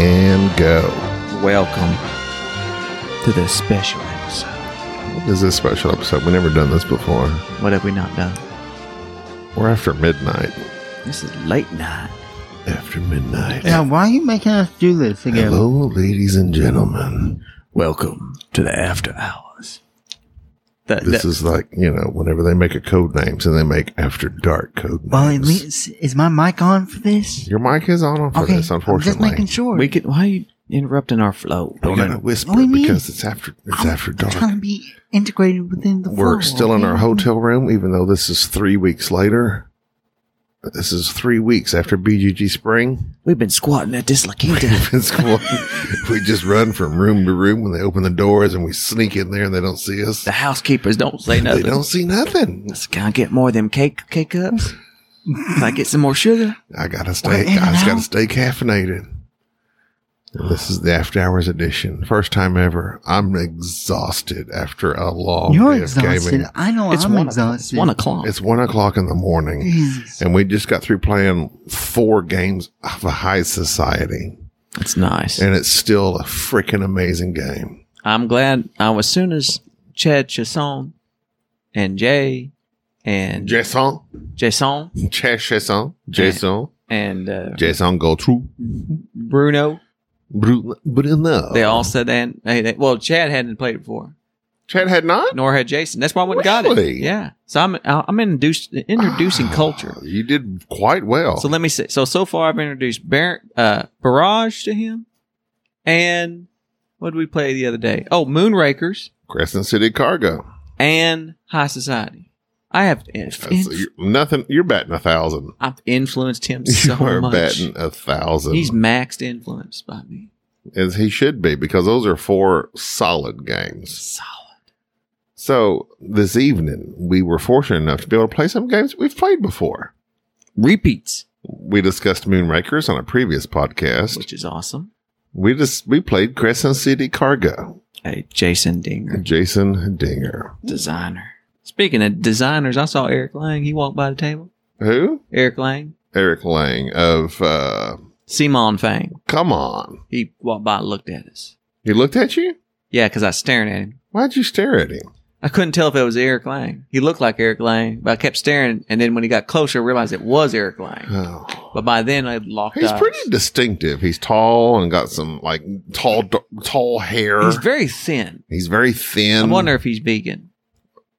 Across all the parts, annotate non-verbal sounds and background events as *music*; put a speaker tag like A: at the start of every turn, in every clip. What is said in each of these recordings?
A: and go.
B: Welcome to the special episode.
A: What is this special episode? We've never done this before.
B: What have we not done?
A: We're after midnight.
B: This is late night.
A: After midnight.
C: Now, why are you making us do this again?
A: Hello, ladies and gentlemen.
B: Welcome to the after hours. That,
A: This
B: that-
A: is like, you know, whenever they make a code names and they make after dark code names.
C: Well, at least, is my mic on for this?
A: Your mic is on for
C: okay,
A: this,
C: I'm just
A: unfortunately.
C: making sure.
B: we could. Why are you interrupting our flow?
A: We gotta whisper
C: What do you mean?
A: because it's after it's after
C: I'm trying to
A: dark.
C: be integrated within the.
A: We're
C: flow,
A: still in
C: okay?
A: our hotel room, even though this is three weeks later. This is three weeks after BGG Spring.
B: We've been squatting
A: *laughs*
B: at dislocator.
A: It's cool. we just run from room to room when they open the doors and we sneak in there and they don't see us.
B: the housekeepers don't say
A: They
B: nothing.
A: don't see nothing.
B: Let's- Can I get more of them cake cake cups? Can I get some more sugar?
A: I gotta
C: We're
A: stay.
C: in and
A: I just gotta
C: out.
A: stay caffeinated. And this is the after hours edition. First time ever. I'm exhausted after a long
C: You're
A: day of
C: exhausted.
A: gaming.
C: I know
B: it's
C: I'm
B: one. o'clock- It's
C: exhausted.
B: one o'clock.
A: It's one o'clock in the morning,
C: Jesus.
A: and we just got through playing four games of a high society,
B: It's nice.
A: and it's still a freaking amazing game.
B: I'm glad. I as soon as Chad Chasson and Jay and
A: Jason,
B: Jason
A: Jason, Jason,
B: and uh,
A: Jason, go through.
B: Bruno.
A: Bruno. Bruno.
B: They all said that. Hey, they, well, Chad hadn't played it before,
A: Chad had not
B: nor had Jason. That's why I went and got it.
A: Really?
B: Yeah. So I'm I'm introduced, introducing
A: Ah,
B: culture.
A: You did quite well.
B: So let me say. So so far, I've introduced Bar- uh, Barrage to him, and what did we play the other day? Oh, Moonrakers
A: Crescent City Cargo.
B: and High Society. I have
A: That's-
B: inf-
A: you're, nothing. You're batting a thousand.
B: I've influenced him
A: *laughs* You
B: so
A: are
B: much.
A: batting a thousand.
B: He's maxed influenced by me.
A: as he should be because those are four solid games.
B: Solid.
A: So this evening we were fortunate enough to be able to play some games we've played before.
B: Repeats,
A: We discussed Moonrakers on a previous podcast.
B: which is awesome.
A: We just we played Crescent City Cargo.
B: Hey, Jason Dinger,
A: Jason Dinger.
B: designer. Speaking of designers, I saw Eric Lang. He walked by the table.
A: Who?
B: Eric Lang.
A: Eric Lang of uh
B: Simon Fang.
A: Come On.
B: He walked by and looked at us.
A: He looked at you?
B: Yeah, because I was staring at him.
A: Why'd you stare at him?
B: I couldn't tell if it was Eric Lang. He looked like Eric Lang, but I kept staring. And then when he got closer, I realized it was Eric Lang.
A: Oh.
B: But by then, I would locked
A: He's
B: eyes.
A: pretty distinctive. He's tall and got some like tall, d- tall hair.
B: He's
A: He's,
B: very thin.
A: very thin.
B: I wonder if he's vegan.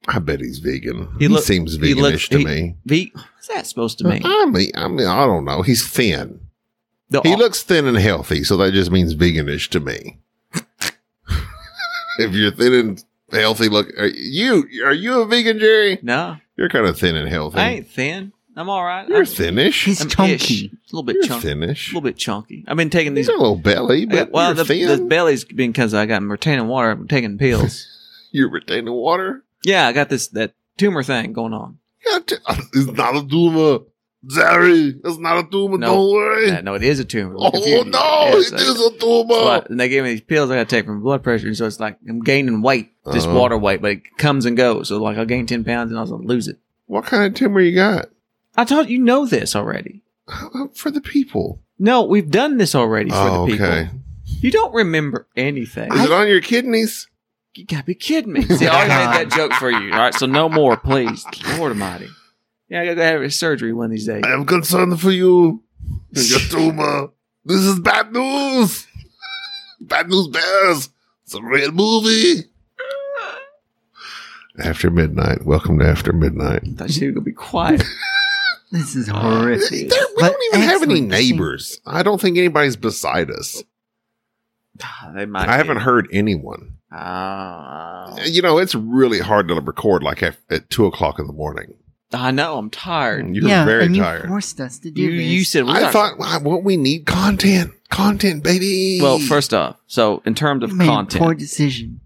A: I bet he's vegan.
B: He
A: He,
B: look-
A: seems
B: he
A: veganish to
B: look- he-
A: me.
B: Ve- What's that supposed to mean?
A: I mean, I mean, I don't know. He's thin.
B: The-
A: He looks thin and healthy, so that just means veganish to me. *laughs* if you're thin and healthy, look, are you are you a vegan, Jerry?
B: No,
A: You're kind of thin and healthy.
B: I ain't thin. I'm all right.
A: you're
B: I'm-
A: thinnish.
C: He's
B: I'm
C: chunky.
B: ish. A little bit
A: you're
B: chunky.
A: thinnish.
B: A little bit chunky. I've been taking
A: He's
B: these.
A: got a little belly, but
B: I got- well,
A: you're
B: the,
A: thin.
B: the belly's been because I got retaining water. I'm
A: *laughs*
B: taking pills.
A: You're retaining water.
B: yeah, I got this that tumor thing going on.
A: Yeah, t- uh, It's not a tumor, Jerry. It's not a tumor.
B: No.
A: Don't worry.
B: Yeah, no, it is a tumor.
A: Eh.
B: I'm
A: oh
B: confused.
A: no,
B: Yes,
A: it
B: I-
A: is a
B: so I-
A: tumor.
B: and they gave me these pills I got to take from blood pressure, and so it's like I'm gaining weight, just
A: Uh-huh.
B: water weight, but it comes and goes. So like I'll gain ten pounds and I'll lose it.
A: What kind of tumor you got? *laughs*
B: I thought you know this already.
A: For the people.
B: No, we've done this already for
A: Oh,
B: the people.
A: okay.
B: You don't remember anything.
A: Is it on your kidneys?
B: You gotta be kidding me. See, I already made that joke for you. All right, so no more, please. Lord Almighty. Yeah, I gotta go have a surgery one of these days. *laughs*
A: I am concerned for you. Your tumor. This is bad news. *laughs* riding those bears. It's a real movie.
B: *laughs*
A: After midnight. Welcome to After Midnight.
B: I thought she was gonna be
A: *laughs*
B: quiet.
C: This is
A: Uh, There- we
C: horrific. But
A: don't even have any
C: excellent scene.
A: neighbors. I don't think anybody's beside us.
B: Ah, they might.
A: I haven't heard anyone.
B: Oh,
A: You know, it's really hard to record like at, at two o'clock in the morning.
B: I know. I'm tired.
A: You're
C: yeah,
A: very
C: and you
A: tired.
C: forced us to do
B: You
C: this.
B: you said we
A: Mm, I
B: got-
A: thought, well, what we need content, content, baby.
B: Well, first off, so in terms
C: You
B: of
C: made a
B: content,
C: poor decision.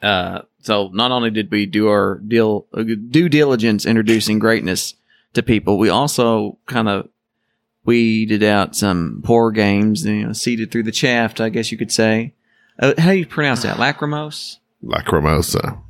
B: Uh, so not only did we do our deal uh, due diligence introducing greatness to people, we also kind of weeded out some poor games, you know, seeded through the chaff, I guess you could say. Uh, how do you pronounce that? Lacrimose.
A: Lacrimosa.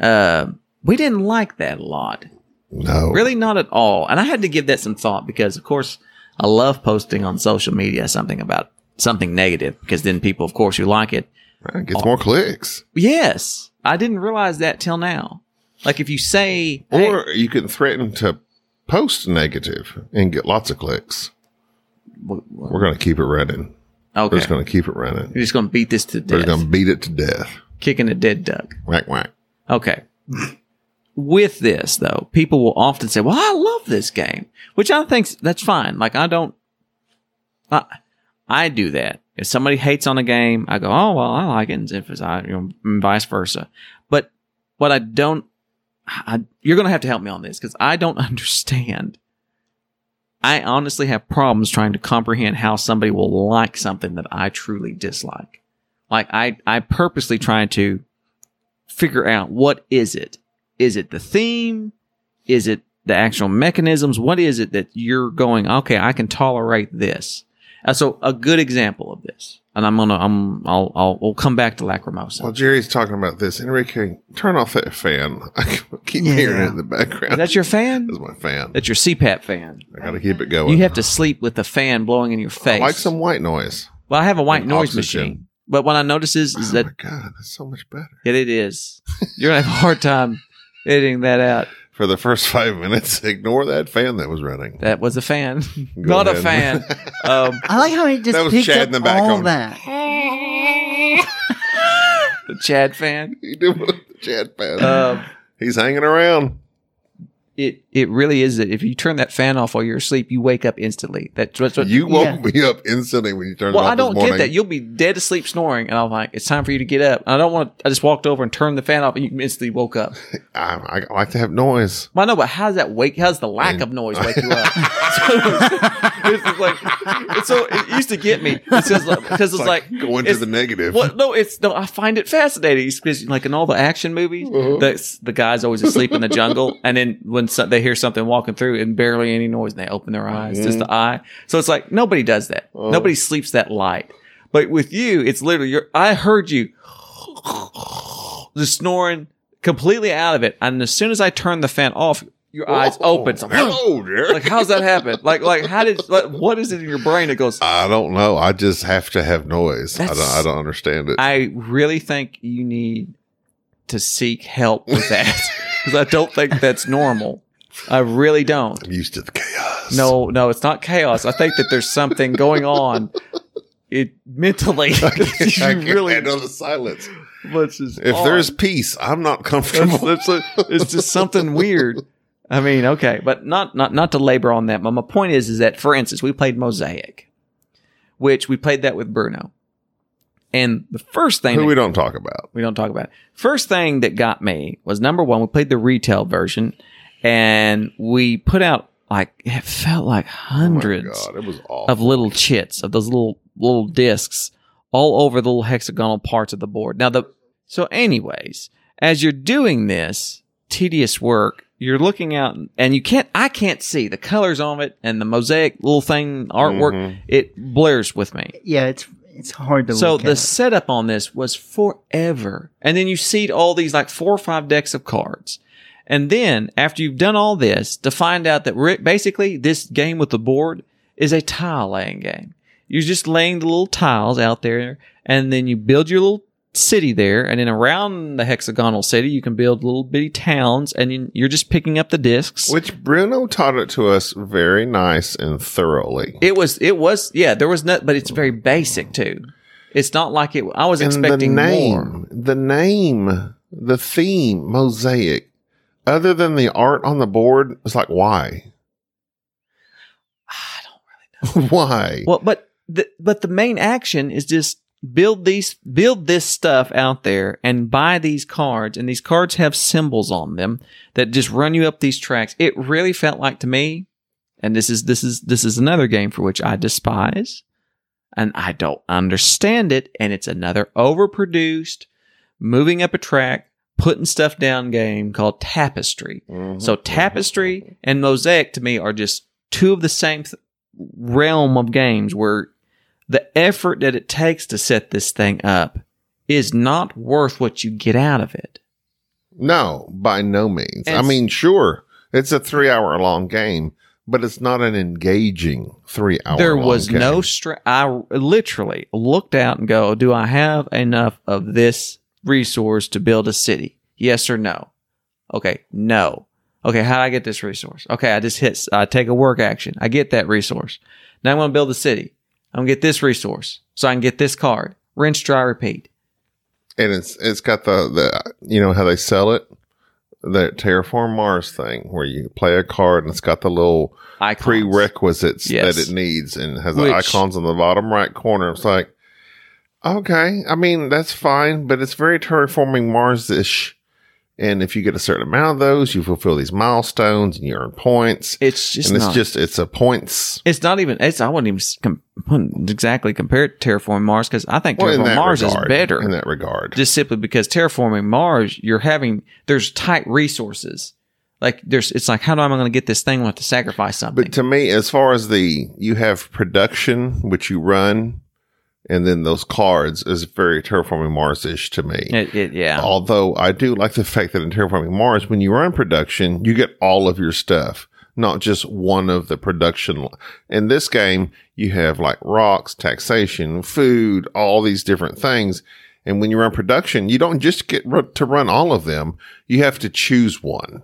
B: Uh, we didn't like that a lot.
A: No,
B: Really, not at all. And I had to give that some thought because, of course, I love posting on social media something about something negative because then people, of course, who like it
A: It gets more clicks,
B: Yes. I didn't realize that till now. Like if you say hey-
A: or you can threaten to post negative and get lots of clicks.
B: w- w-
A: We're going to keep it running.
B: okay.
A: We're just going to keep it running.
B: You're just gonna beat this to
A: We're
B: death.
A: just going to beat it to death.
B: Kicking a dead duck.
A: Whack whack.
B: Okay. With this though, people will often say, Well, I love this game. Which I think that's fine. Like I don't I I do that. If somebody hates on a game, I go, Oh well, I like it and if it's- I you know and vice versa. But what I don't I, you're gonna have to help me on this because I don't *laughs* understand I honestly have problems trying to comprehend how somebody will like something that I truly dislike. Like I, I purposely try to figure out what is it? Is it the theme? Is it the actual mechanisms? What is it that you're going, okay, I can tolerate this. Uh, so a good example of this, and I'm gonna, I'm, I'll, I'll, we'll come back to Lacrimosa.
A: While Jerry's talking about this, Enrique, turn off that fan. *laughs* I keep
C: Yeah.
A: hearing it in the
B: Is
A: background. *laughs*
B: that your fan?
A: That's my fan.
B: That's your CPAP fan.
A: I got to keep it going.
B: You have to sleep with the fan blowing in your
A: Oh, uh-huh. I
B: face.
A: like some white noise.
B: Well, I have a white
A: and
B: noise
A: oxygen.
B: machine. But what I notice is, is
A: oh *laughs*
B: that
A: my god, that's so much better.
B: it, it is. You're gonna have a hard time editing that out.
A: For the first *laughs* five minutes, ignore that fan that was running.
B: That was a fan,
A: Go
B: not a
A: ahead. *laughs*
B: fan. Um,
C: I like how he just
A: That was
C: picked
A: Chad
C: up
A: in the back
C: all
A: on-
C: that.
B: the Chad fan.
A: you do want the chat fan.
B: Um,
A: He's hanging around.
B: it it really is that if you turn that fan off while you're asleep, you wake up instantly. That's what's what.
A: You
C: yeah.
A: woke me up instantly when you turned
B: well,
A: it off
B: I don't
A: this morning.
B: get that. You'll be dead asleep snoring, and I'm like, it's time for you to get up. And I don't want. to I just walked over and turned the fan off, and you instantly woke up.
A: I, I like to have noise.
B: Well, I know, but how's that wake? How's the lack of
A: *laughs*
B: noise wake you up? *laughs* so it's, it's like it's so it used to get me because like, because it's like,
A: going to
B: it's-
A: the negative.
B: Well, no, it's no. I find it fascinating because, like in all the action movies,
A: Uh-huh.
B: the the guy's always asleep in the jungle, and then when so, they hear something walking through and barely any noise, and they open their eyes, just the eye. So it's like nobody does that.
A: Uh.
B: Nobody sleeps that light. But with you, it's literally. You're, I heard you *gasps* just snoring completely out of it, and as soon as I turn the fan off, your eyes open. It's like,
A: Hello, Jerry.
B: like, how's that happen? Like, like, how did? Like, what is it in your brain that goes?
A: I don't know. I just have to have noise. I
B: That's-
A: don't, I don't understand it.
B: I really think you need to seek
A: *laughs*
B: help with that because I don't think that's normal. I really don't.
A: I'm used to the chaos.
B: No, no, it's not chaos. I think that there's something going on. It mentally,
A: *laughs* I can't,
B: *laughs* you
A: I can't
B: really.
A: handle the silence.
B: what's just
A: If
B: on.
A: there's peace, I'm not comfortable.
B: That's- that's a- it's just something weird. I mean, okay, but not not not to labor on that. But my point is, is that for instance, we played Mosaic, which we played that with Bruno, and the first
A: *laughs*
B: thing
A: Who
B: that-
A: we don't talk about.
B: we don't talk about it. First thing that got me was number one, we played the retail version and we put out like it felt like
A: Oh my
B: hundreds
A: God, it was awful.
B: of little chits of those little little discs all over the little hexagonal parts of the board. Now the so anyways, as you're doing this tedious work, you're looking out and you can't I can't see the colors on it and the mosaic little thing artwork
A: Mhm.
B: it blurs with me.
C: Yeah, it's it's hard to
B: So
C: look
B: the
C: at.
B: setup on this was forever. And then you seed all these like four or five decks of cards. And then after you've done all this to find out that re- basically this game with the board is a tile laying game. You're just laying the little tiles out there and then you build your little city there. And then around the hexagonal city, you can build little bitty towns and then you're just picking up the discs.
A: Which Bruno taught it to us very nice and thoroughly.
B: it was, it was, yeah, there was not, but it's very basic too. It's not like it. I was
A: And the
B: expecting
A: name,
B: more.
A: the name, the theme, mosaic. Other than the art on the board, it's like why,
B: I
A: *laughs*
B: don't-
A: why?
B: Well, but the, but the main action is just build these build this stuff out there and buy these cards and these cards have symbols on them that just run you up these tracks. It really felt like to me and this is this is this is another game for which I despise and I don't understand it and it's another overproduced moving up a track putting stuff down game called Tapestry.
A: Mhm.
B: So tapestry and mosaic to me are just two of the same th- realm of games where the effort that it takes to set this thing up is not worth what you get out of it.
A: No, by no means. I
B: It's-
A: mean, sure, it's a three-hour-long game, but it's not an engaging three-hour.
B: there was no str I literally looked out and go, do I have enough of this resource to build a city? Yes or no? Okay, no. Okay, how do I get this resource? Okay, I just hit, I take a work action. I get that resource. Now I'm going to build a city. I'm going to get this resource so I can get this card. Rinse, dry, repeat.
A: and it's it's got the the you know how they sell it, the terraform Mars thing where you play a card and it's got the little
B: I
A: prerequisites
B: Yes.
A: that it needs and has
B: Which-
A: the icons on the bottom right corner. It's like, okay, I mean, that's fine, but it's very terraforming Mars ish. And if you get a certain amount of those, you fulfill these milestones and you earn points.
B: It's just
A: and it's
B: not.
A: just, it's a points.
B: It's not even. It's. I wouldn't even s- com- wouldn't exactly compare it to Terraform Mars because I think
A: Well, in
B: Terraform
A: that
B: Mars
A: regard,
B: is better.
A: In that regard.
B: just simply because terraforming Mars, you're having there's tight resources. Like there's, it's like how do I- am I going to get this thing? I have to sacrifice something.
A: But to me, as far as the you have production which you run, and then those cards is very terraforming Mars ish to me.
B: It- it- yeah,
A: Although I do like the fact that in terraforming Mars, when you run production, you get all of your stuff, not just one of the production. li- In this game, you have like rocks, taxation, food, all these different things. And when you run production, you don't just get ru- to run all of them. You have to choose one,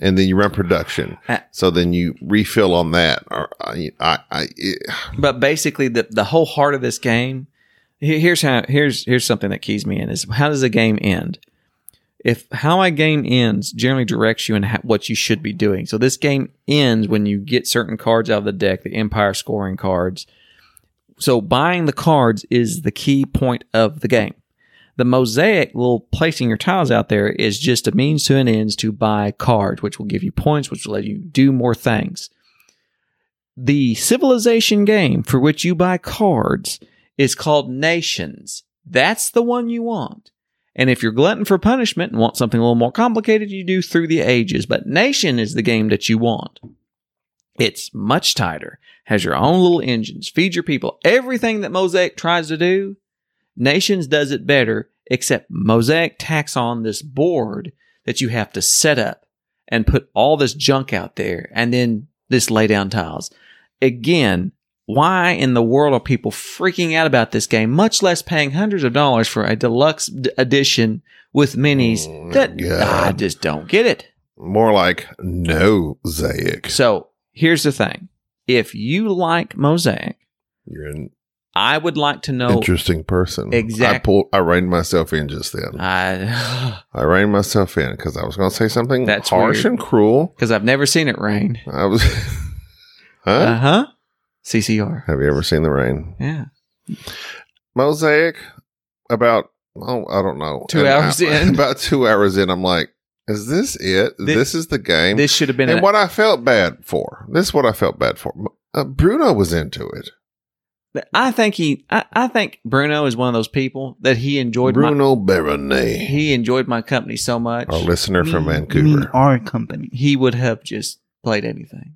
A: and then you run production.
B: Uh,
A: So then you refill on that. Or I, I, I it-
B: but basically the the whole heart of this game he- here's how here's here's something that keys me in is how does a game end if how a game ends generally directs you in ha- what you should be doing so this game ends when you get certain cards out of the deck the empire scoring cards so buying the cards is the key point of the game the mosaic little placing your tiles out there is just a means to an end to buy cards which will give you points which will let you do more things the civilization game for which you buy cards is called Nations. That's the one you want. And if you're glutton for punishment and want something a little more complicated, you do Through the Ages. But Nation is the game that you want. It's much tighter, has your own little engines, feed your people. Everything that Mosaic tries to do, Nations does it better, except Mosaic tacks on this board that you have to set up and put all this junk out there and then this lay down tiles. Again, why in the world are people freaking out about this game, much less paying hundreds of dollars for a deluxe d- edition with minis?
A: Oh,
B: that
A: God.
B: I just don't get it.
A: more like no Zaic.
B: So here's the thing if you like Mosaic,
A: You're in,
B: I would like to know.
A: interesting person. I
B: Exact-
A: pulled. I reined myself in just then.
B: I *sighs*
A: I reined myself in because I was going to say something
B: That's
A: harsh
B: weird.
A: and cruel.
B: because I've never seen it rain.
A: I was. *laughs* huh?
B: Uh huh. CCR.
A: Have you ever seen the rain?
B: Yeah.
A: Mosaic. About oh, I don't know.
B: Two
A: An
B: hours
A: hour- *laughs*
B: in.
A: About two hours in, I'm like, is this it?
B: Thi-
A: This, is the game.
B: This should have been.
A: and
B: an-
A: what I felt bad for. This is what I felt bad for. Uh, Bruno was into it.
B: I think he. I, I think Bruno is one of those people that he enjoyed. My,
A: Bruno Oh, Barone,
B: he enjoyed my company so much.
A: our listener from
C: We- You mean
A: Vancouver.
C: our company.
B: He would have just played anything.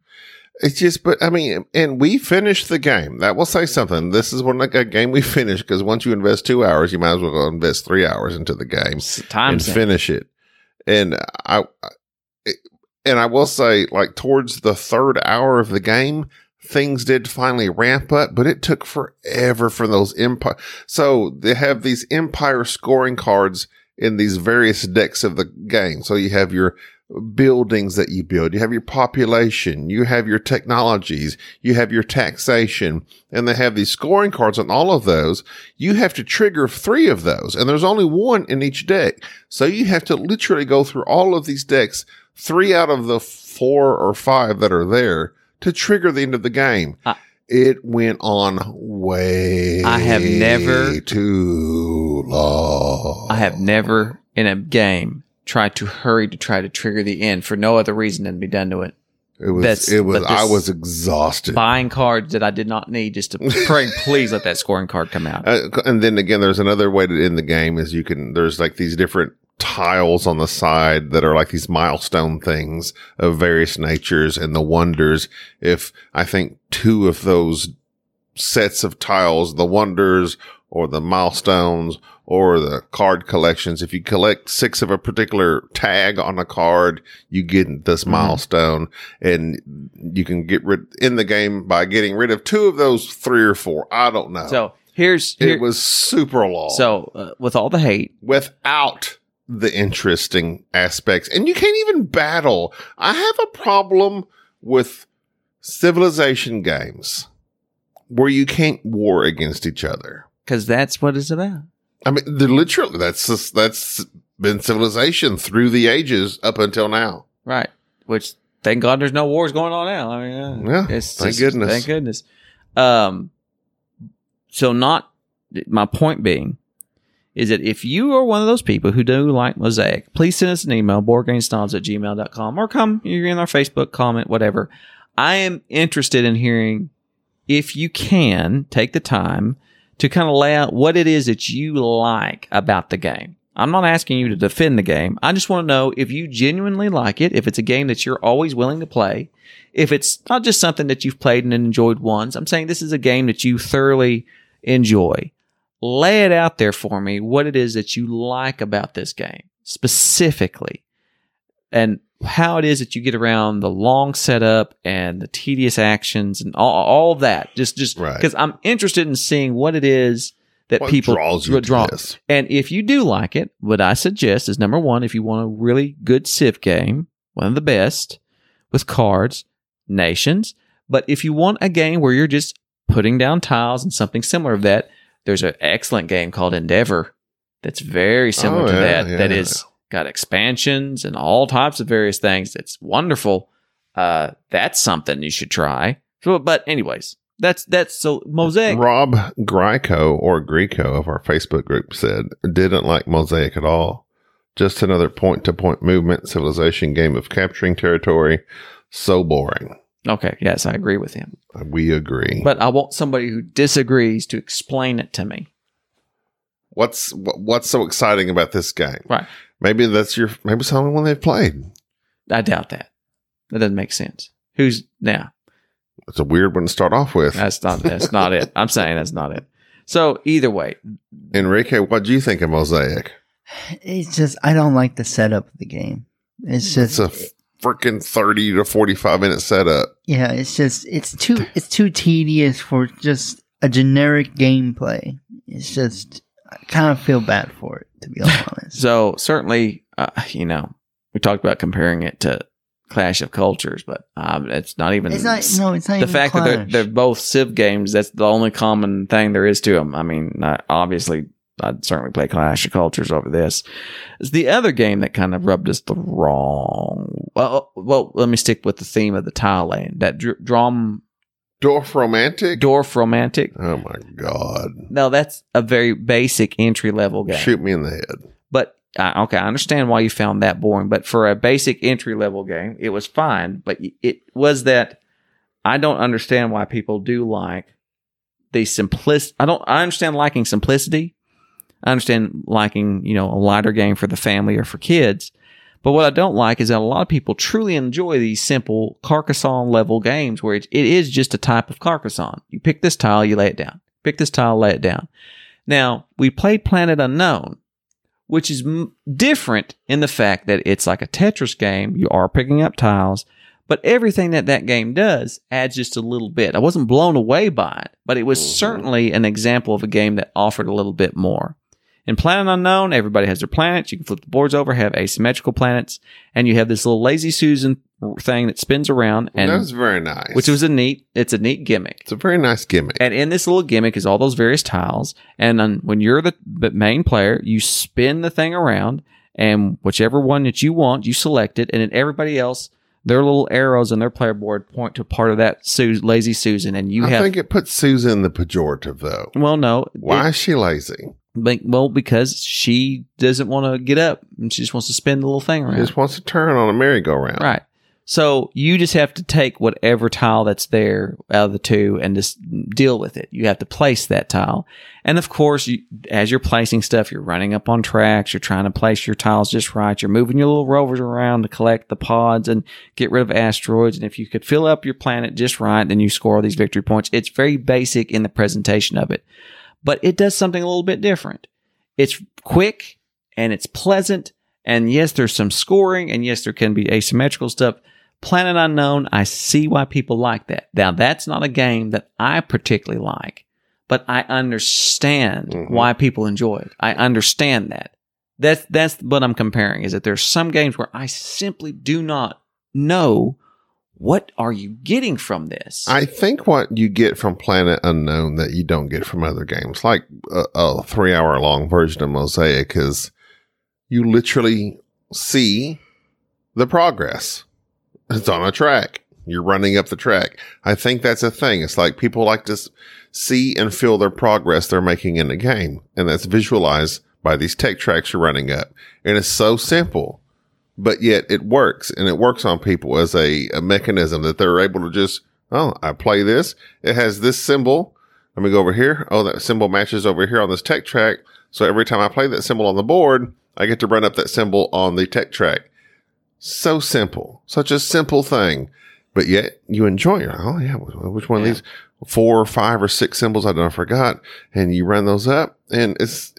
A: It's just, but I mean, and we finished the game. That will say something. This is one like a game we finished because once you invest two hours, you might as well go invest three hours into the game
B: It's a Time
A: and
B: sink.
A: finish it. And I, I- and I will say, like towards the third hour of the game, things did finally ramp up, but it took forever for those empire. So they have these empire scoring cards in these various decks of the game. So you have your buildings that you build. You have your population, you have your technologies, you have your taxation, and they have these scoring cards on all of those. You have to trigger three of those, and there's only one in each deck. So you have to literally go through all of these decks, three out of the four or five that are there to trigger the end of the game.
B: I-
A: it went on way
B: I have never-
A: too long.
B: I have never in a game tried to hurry to try to trigger the end for no other reason than to be done to it.
A: It was.
B: That's-
A: it was.
B: but
A: I
B: this-
A: was exhausted.
B: Buying cards that I did not need just to
A: *laughs*
B: pray, please let that scoring card come out.
A: Uh, and then again, there's another way to end the game is you can. There's like these different tiles on the side that are like these milestone things of various natures and the wonders. If I think two of those sets of tiles, the wonders or the milestones or the card collections, if you collect six of a particular tag on a card, you get this milestone and you can get rid in the game by getting rid of two of those three or four. I don't know.
B: So here's
A: Oh. It
B: here-
A: was super long.
B: so uh, with all the hate.
A: without the interesting aspects, and you can't even battle. I have a problem with civilization games where you can't war against each other.
B: Because that's what it's about.
A: I mean, they're literally that's just, that's been civilization through the ages up until now.
B: Right. Which thank God there's no wars going on now. I mean, uh,
A: Yeah, thank goodness.
B: Thank goodness. Um, so not my point being is that if you are one of those people who do like Mosaic, please send us an email, boardgamesnobs at gmail.com or come, you're in our Facebook comment, whatever. I am interested in hearing if you can take the time to kind of lay out what it is that you like about the game. I'm not asking you to defend the game. I just want to know if you genuinely like it, if it's a game that you're always willing to play, if it's not just something that you've played and enjoyed once. I'm saying this is a game that you thoroughly enjoy. Lay it out there for me what it is that you like about this game specifically and how it is that you get around the long setup and the tedious actions and all, all that. Just just
A: Right.
B: because I'm interested in seeing what it is that
A: What
B: people
A: draws you
B: would
A: to
B: draw.
A: this?
B: And if you do like it, what I suggest is number one, if you want a really good Civ game, one of the best with cards, nations. But if you want a game where you're just putting down tiles and something similar of that, there's an excellent game called Endeavor that's very similar
A: Oh,
B: to
A: yeah,
B: that.
A: yeah,
B: That
A: yeah.
B: is got expansions and all types of various things. It's wonderful. Uh, that's something you should try. So, but anyways, that's that's so mosaic.
A: Rob Greco or Greco of our Facebook group said didn't like Mosaic at all. Just another point to point movement civilization game of capturing territory. So boring.
B: Okay, yes, I agree with him.
A: We agree.
B: But I want somebody who disagrees to explain it to me.
A: what's wh- what's so exciting about this game?
B: Right.
A: Maybe that's your maybe it's the only one they've played.
B: I doubt that. That doesn't make sense. Who's now?
A: It's a weird one to start off with.
B: That's not that's not it. I'm saying that's not it. So either way,
A: Enrique, what do you think of Mosaic?
C: It's just I don't like the setup of the game. It's
A: It's
C: just
A: a freaking thirty to forty five minute setup.
C: yeah. It's just it's too it's too tedious for just a generic gameplay. It's just I kind of feel bad for it
B: *laughs*
C: to be honest.
B: so certainly, uh, you know, we talked about comparing it to Clash of Cultures, but um, it's not even.
C: It's not no. It's not
B: the
C: even
B: fact that they're,
C: Clash.
B: they're both Civ games, that's the only common thing there is to them. I mean, I, obviously, I'd certainly play Clash of Cultures over this. It's the other game that kind of rubbed us the wrong. Well, well let me stick with the theme of the tile lane. That dr- drum
A: Dorf Romantic?
B: dwarf romantic.
A: oh my god.
B: No, that's a very basic entry level game.
A: Shoot me in the head.
B: But uh, okay, I understand why you found that boring. But for a basic entry level game, it was fine. But y- it was that I don't understand why people do like the simplicity. I don't. I understand liking simplicity. I understand liking you know a lighter game for the family or for kids. But what I don't like is that a lot of people truly enjoy these simple Carcassonne level games where it, it is just a type of Carcassonne. You pick this tile, you lay it down. Pick this tile, lay it down. Now, we played Planet Unknown, which is m- different in the fact that it's like a Tetris game. You are picking up tiles, but everything that that game does adds just a little bit. I wasn't blown away by it, but it was
A: Mhm.
B: certainly an example of a game that offered a little bit more. In Planet Unknown, everybody has their planets. You can flip the boards over, have asymmetrical planets, and you have this little lazy Susan thing that spins around, and
A: That was very nice.
B: which was a neat. It's a neat gimmick.
A: it's a very nice gimmick.
B: And in this little gimmick is all those various tiles. And on, when you're the the main player, you spin the thing around, and whichever one that you want, you select it. And then everybody else, their little arrows on their player board point to part of that Su- lazy Susan. And you
A: I
B: have,
A: think it puts Susan in the pejorative though.
B: well, no.
A: Why
B: It-
A: is she lazy?
B: but, well, because she doesn't want to get up and she just wants to spin the little thing
A: She
B: around.
A: just wants to turn on a merry-go-round.
B: Right. So you just have to take whatever tile that's there out of the two and just deal with it. You have to place that tile. And of course, you, as you're placing stuff, you're running up on tracks, you're trying to place your tiles just right, you're moving your little rovers around to collect the pods and get rid of asteroids. And if you could fill up your planet just right, then you score all these victory points. It's very basic in the presentation of it, but it does something a little bit different. It's quick and it's pleasant. And yes, there's some scoring, and yes, there can be asymmetrical stuff. Planet Unknown, I see why people like that. Now, that's not a game that I particularly like, but I understand
A: Mhm.
B: why people enjoy it. I understand that. That's that's what I'm comparing is that there's some games where I simply do not know what are you getting from this.
A: I think what you get from Planet Unknown that you don't get from other games, like a, a three hour long version of Mosaic, is you literally see the progress. It's on a track. You're running up the track. I think that's a thing. It's like people like to s- see and feel their progress they're making in the game, and that's visualized by these tech tracks you're running up. And it's so simple but yet it works and it works on people as a, a mechanism that they're able to just oh i play this it has this symbol let me go over here oh that symbol matches over here on this tech track so every time i play that symbol on the board i get to run up that symbol on the tech track so simple such a simple thing but yet you enjoy it oh yeah wh- which one
B: Yeah.
A: of these four or five or six symbols i don't I forgot and you run those up and it's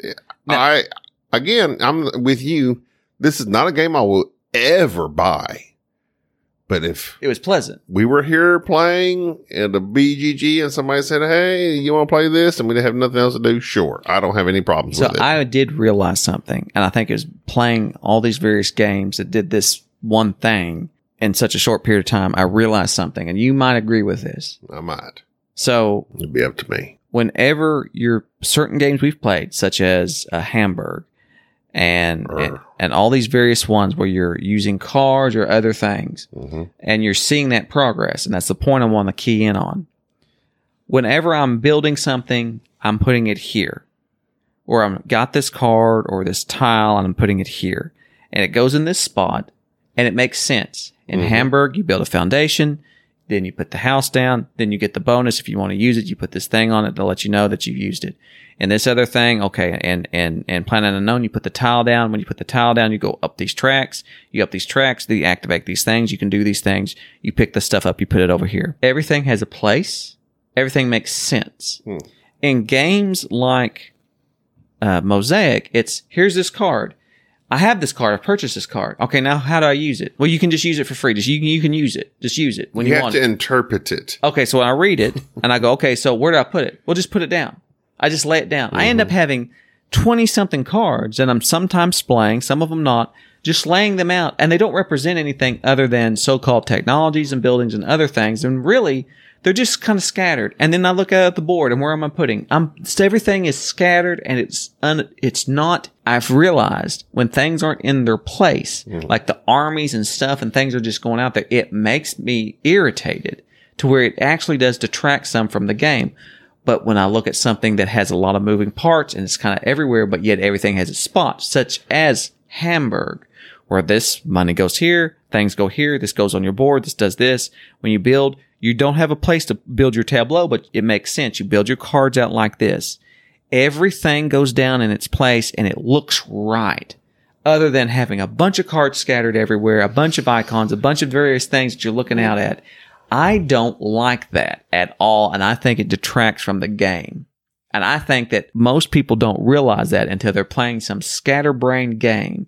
B: Now-
A: i again i'm with you this is not a game I will ever buy. But if
B: it was pleasant.
A: we were here playing at a BGG and somebody said, "Hey, you want to play this?" and we didn't have nothing else to do, sure, I don't have any problems
B: So
A: with it.
B: I did realize something, and I think it was playing all these various games that did this one thing in such a short period of time. I realized something, and you might agree with this.
A: I might.
B: So
A: It'd be up to me.
B: whenever your certain games we've played, such as uh, Hamburg and, and
A: Urgh.
B: and all these various ones where you're using cards or other things,
A: hmm
B: and you're seeing that progress, and that's the point I want to key in on. Whenever I'm building something, I'm putting it here, or I'm got this card or this tile, and I'm putting it here, and it goes in this spot, and it makes sense. In
A: Mhm.
B: Hamburg, you build a foundation, then you put the house down, then you get the bonus if you want to use it. You put this thing on it to let you know that you've used it, and this other thing, okay, and and and Planet Unknown, you put the tile down. When you put the tile down, you go up these tracks. You up these tracks, you activate these things. You can do these things. You pick the stuff up, you put it over here. Everything has a place. Everything makes sense.
A: Hmm.
B: In games like uh, Mosaic, it's here's this card. I have this card. I purchased this card. Okay, now how do I use it? Well, you can just use it for free. Just you can you can use it. Just use it when
A: You,
B: you,
A: have
B: want.
A: to
B: it.
A: interpret it.
B: Okay, so when I read it and I go, okay, so where do I put it? Well, just put it down. I just lay it down. I end up having 20 something cards and I'm sometimes playing, some of them not, just laying them out and they don't represent anything other than so called technologies and buildings and other things. And really, they're just kind of scattered. And then I look at the board and where am I putting? I'm, so everything is scattered and it's, un, it's not, I've realized when things aren't in their place, like the armies and stuff and things are just going out there, it makes me irritated to where it actually does detract some from the game. But when I look at something that has a lot of moving parts and it's kind of everywhere, but yet everything has its spot, such as Hamburg, where this money goes here, things go here, this goes on your board, this does this. When you build, you don't have a place to build your tableau, but it makes sense. You build your cards out like this. Everything goes down in its place and it looks right other than having a bunch of cards scattered everywhere, a bunch of icons, a bunch of various things that you're looking out at. I don't like that at all, and I think it detracts from the game. And I think that most people don't realize that until they're playing some scatterbrained game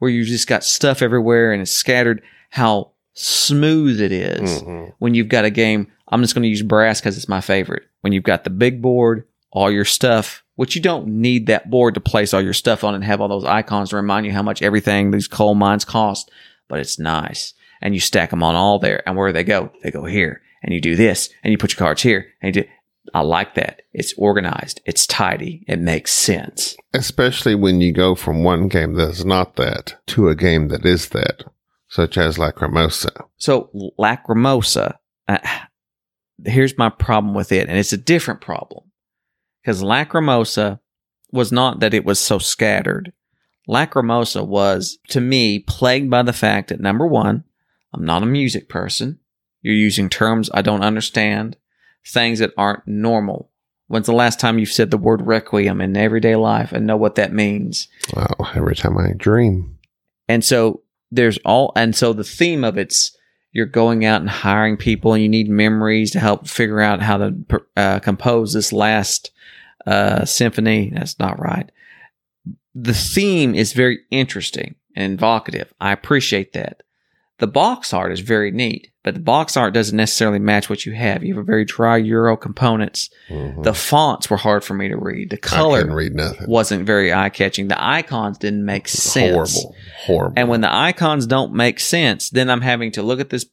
B: where you just got stuff everywhere and it's scattered, how smooth it is
A: Mhm.
B: when you've got a game. I'm just going to use brass because it's my favorite. When you've got the big board, all your stuff which you don't need that board to place all your stuff on and have all those icons to remind you how much everything these coal mines cost, but it's nice. And you stack them on all there. And where do they go? They go here. And you do this and you put your cards here and you do. I like that. It's organized. It's tidy. It makes sense.
A: Especially when you go from one game that's not that to a game that is that, such as Lacrimosa.
B: So Lacrimosa, uh, here's my problem with it, and it's a different problem because Lacrimosa was not that it was so scattered. Lacrimosa was, to me, plagued by the fact that number one, I'm not a music person. You're using terms I don't understand, things that aren't normal. When's the last time you've said the word requiem in everyday life and know what that means?
A: Wow, every time I dream.
B: And so there's all, and so the theme of it's you're going out and hiring people and you need memories to help figure out how to uh, compose this last uh, symphony. That's not right. The theme is very interesting and evocative. I appreciate that. The box art is very neat, but the box art doesn't necessarily match what you have. You have a very dry Euro components.
A: Mhm.
B: The fonts were hard for me to read. The
A: I
B: color
A: couldn't read nothing.
B: wasn't very eye catching. The icons didn't make sense.
A: Horrible, horrible.
B: And when the icons don't make sense, then I'm having to look at this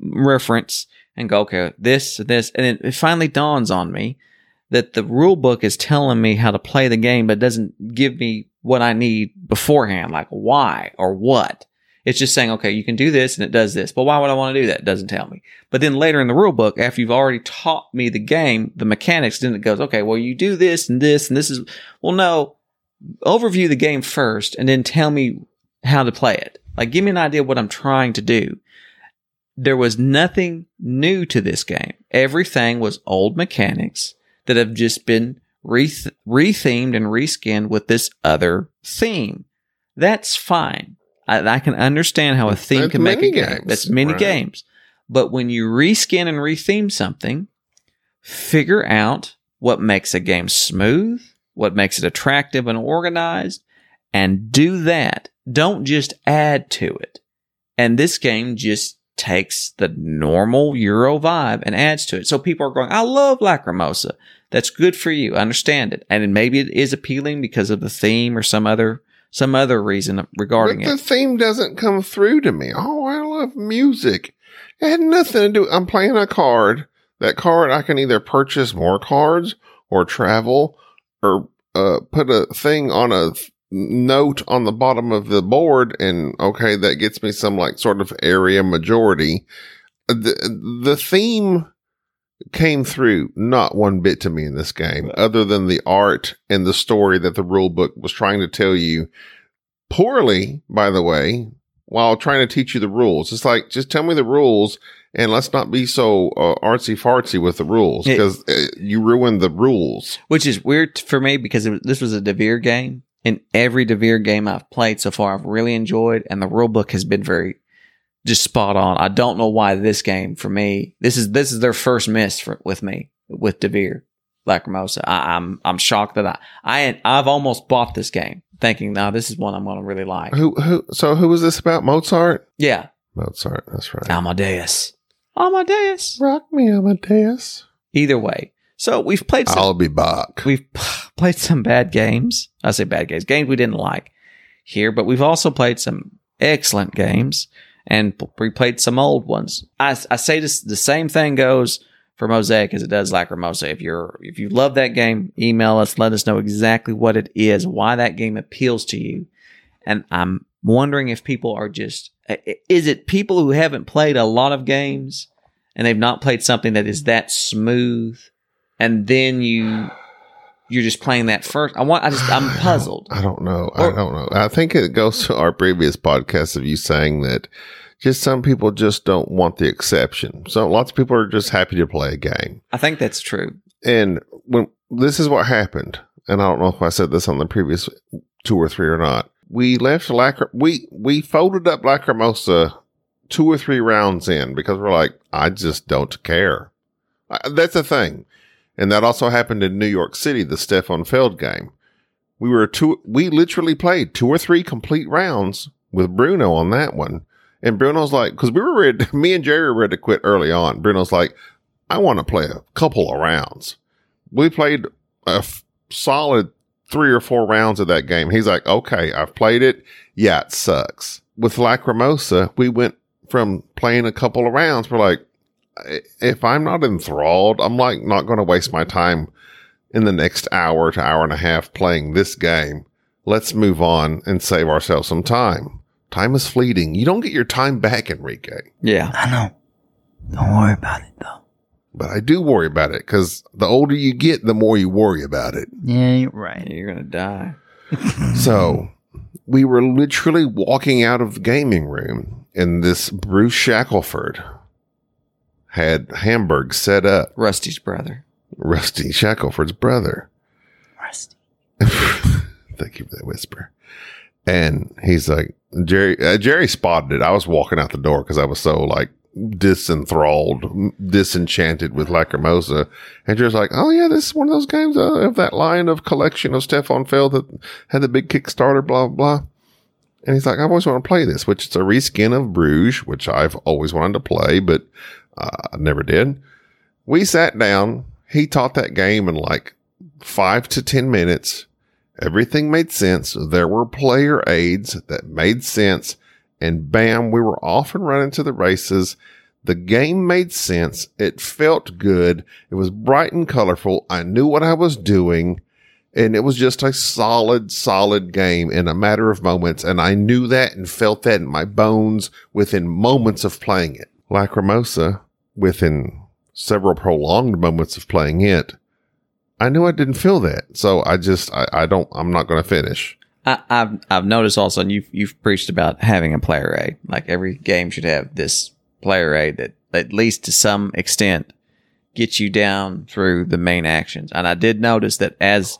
B: reference and go, okay, this, this. And it, it finally dawns on me that the rule book is telling me how to play the game, but doesn't give me what I need beforehand, like why or what. It's just saying, okay, you can do this and it does this. But why would I want to do that? It doesn't tell me. But then later in the rule book, after you've already taught me the game, the mechanics, then it goes, okay, well, you do this and this and this is, well, no, overview the game first and then tell me how to play it. Like, give me an idea of what I'm trying to do. There was nothing new to this game. Everything was old mechanics that have just been re- rethemed and reskinned with this other theme. That's fine. I, I can understand how a theme
A: That's
B: can make a
A: many
B: game.
A: games,
B: That's many
A: right.
B: games. But when you reskin and retheme something, figure out what makes a game smooth, what makes it attractive and organized, and do that. Don't just add to it. And this game just takes the normal Euro vibe and adds to it. So people are going, I love Lacrimosa. That's good for you. I understand it. And maybe it is appealing because of the theme or some other some other reason regarding
A: but
B: it.
A: the theme doesn't come through to me. Oh, I love music. It had nothing to do. I'm playing a card. That card, I can either purchase more cards or travel or uh, put a thing on a th- note on the bottom of the board. And okay, that gets me some like sort of area majority. The, the theme came through not one bit to me in this game, other than the art and the story that the rule book was trying to tell you poorly, by the way, while trying to teach you the rules. It's like, just tell me the rules and let's not be so uh, artsy fartsy with the rules
B: Yeah.
A: because uh, you ruin the rules.
B: which is weird for me because it was, this was a Devere game, and every Devere game I've played so far, I've really enjoyed, and the rule book has been very just spot on. I don't know why this game for me, this is this is their first miss for, with me with Devere Lacrimosa. I, I'm I'm shocked that I I I've almost bought this game thinking, nah, this is one I'm gonna really like.
A: Who, who, so who was this about? Mozart?
B: Yeah,
A: Mozart, that's right.
B: Amadeus, Amadeus.
A: Rock me, Amadeus.
B: Either way, so we've played. some-
A: I'll be back.
B: we've p- played some bad games. I say bad games, games we didn't like here, but we've also played some excellent games and p- we played some old ones. I, s- I say this, the same thing goes for Mosaic as it does Lacrimosa. If you're if you love that game, email us. Let us know exactly what it is, why that game appeals to you. And I'm wondering if people are just i- i- is it people who haven't played a lot of games and they've not played something that is that smooth, and then you you're just playing that first. I want. I just
A: *sighs*
B: I'm
A: I don't-
B: puzzled.
A: I don't know.
B: Or-
A: I don't know. I think it goes to our previous podcast of you saying that just some people just don't want the exception. So lots of people are just happy to play a game.
B: I think that's true.
A: and when this is what happened, and I don't know if I said this on the previous two or three or not. We left Lacr- we we folded up Lacrimosa two or three rounds in because we're like, I just don't care. I, that's the thing, and that also happened in New York City, the Stefan Feld game. We were two. We literally played two or three complete rounds with Bruno on that one, and Bruno's like, because we were ready. *laughs* Me and Jerry were ready to quit early on. Bruno's like, I want to play a couple of rounds. We played a f- solid three or four rounds of that game. He's like, okay, I've played it. Yeah, it sucks. With Lacrimosa, we went from playing a couple of rounds, we're like, I- if I'm not enthralled, I'm like not going to waste my time in the next hour to hour and a half playing this game. Let's move on and save ourselves some time. Time is fleeting. You don't get your time back, Enrique.
B: Yeah.
C: I know. Don't worry about it though.
A: But I do worry about it because the older you get, the more you worry about it.
C: Yeah, you're right.
B: You're gonna die.
A: So we were literally walking out of the gaming room, and this Bruce Shackelford had Hamburg set up,
B: Rusty's brother.
A: Rusty Shackelford's brother.
C: Rusty.
A: *laughs* Thank you for that whisper. And he's like, Jerry, uh, Jerry spotted it. I was walking out the door because I was so like disenthralled, m- disenchanted with Lacrimosa. And Jerry's like, oh yeah, this is one of those games uh, of that line of collection of Stefan Feld that had the big Kickstarter, blah, blah, blah. And he's like, I've always wanted to play this, which is a reskin of Bruges, which I've always wanted to play, but uh, I never did. We sat down. He taught that game in like five to 10 minutes. Everything made sense. There were player aids that made sense. And bam, we were off and running to the races. The game made sense. It felt good. It was bright and colorful. I knew what I was doing. And it was just a solid, solid game in a matter of moments. And I knew that and felt that in my bones within moments of playing it. Lacrimosa, within several prolonged moments of playing it, I knew I didn't feel that, so I just I, I don't I'm not going to finish.
B: I, I've I've noticed also, and you've you've preached about having a player aid. Like every game should have this player aid that at least to some extent gets you down through the main actions. And I did notice that as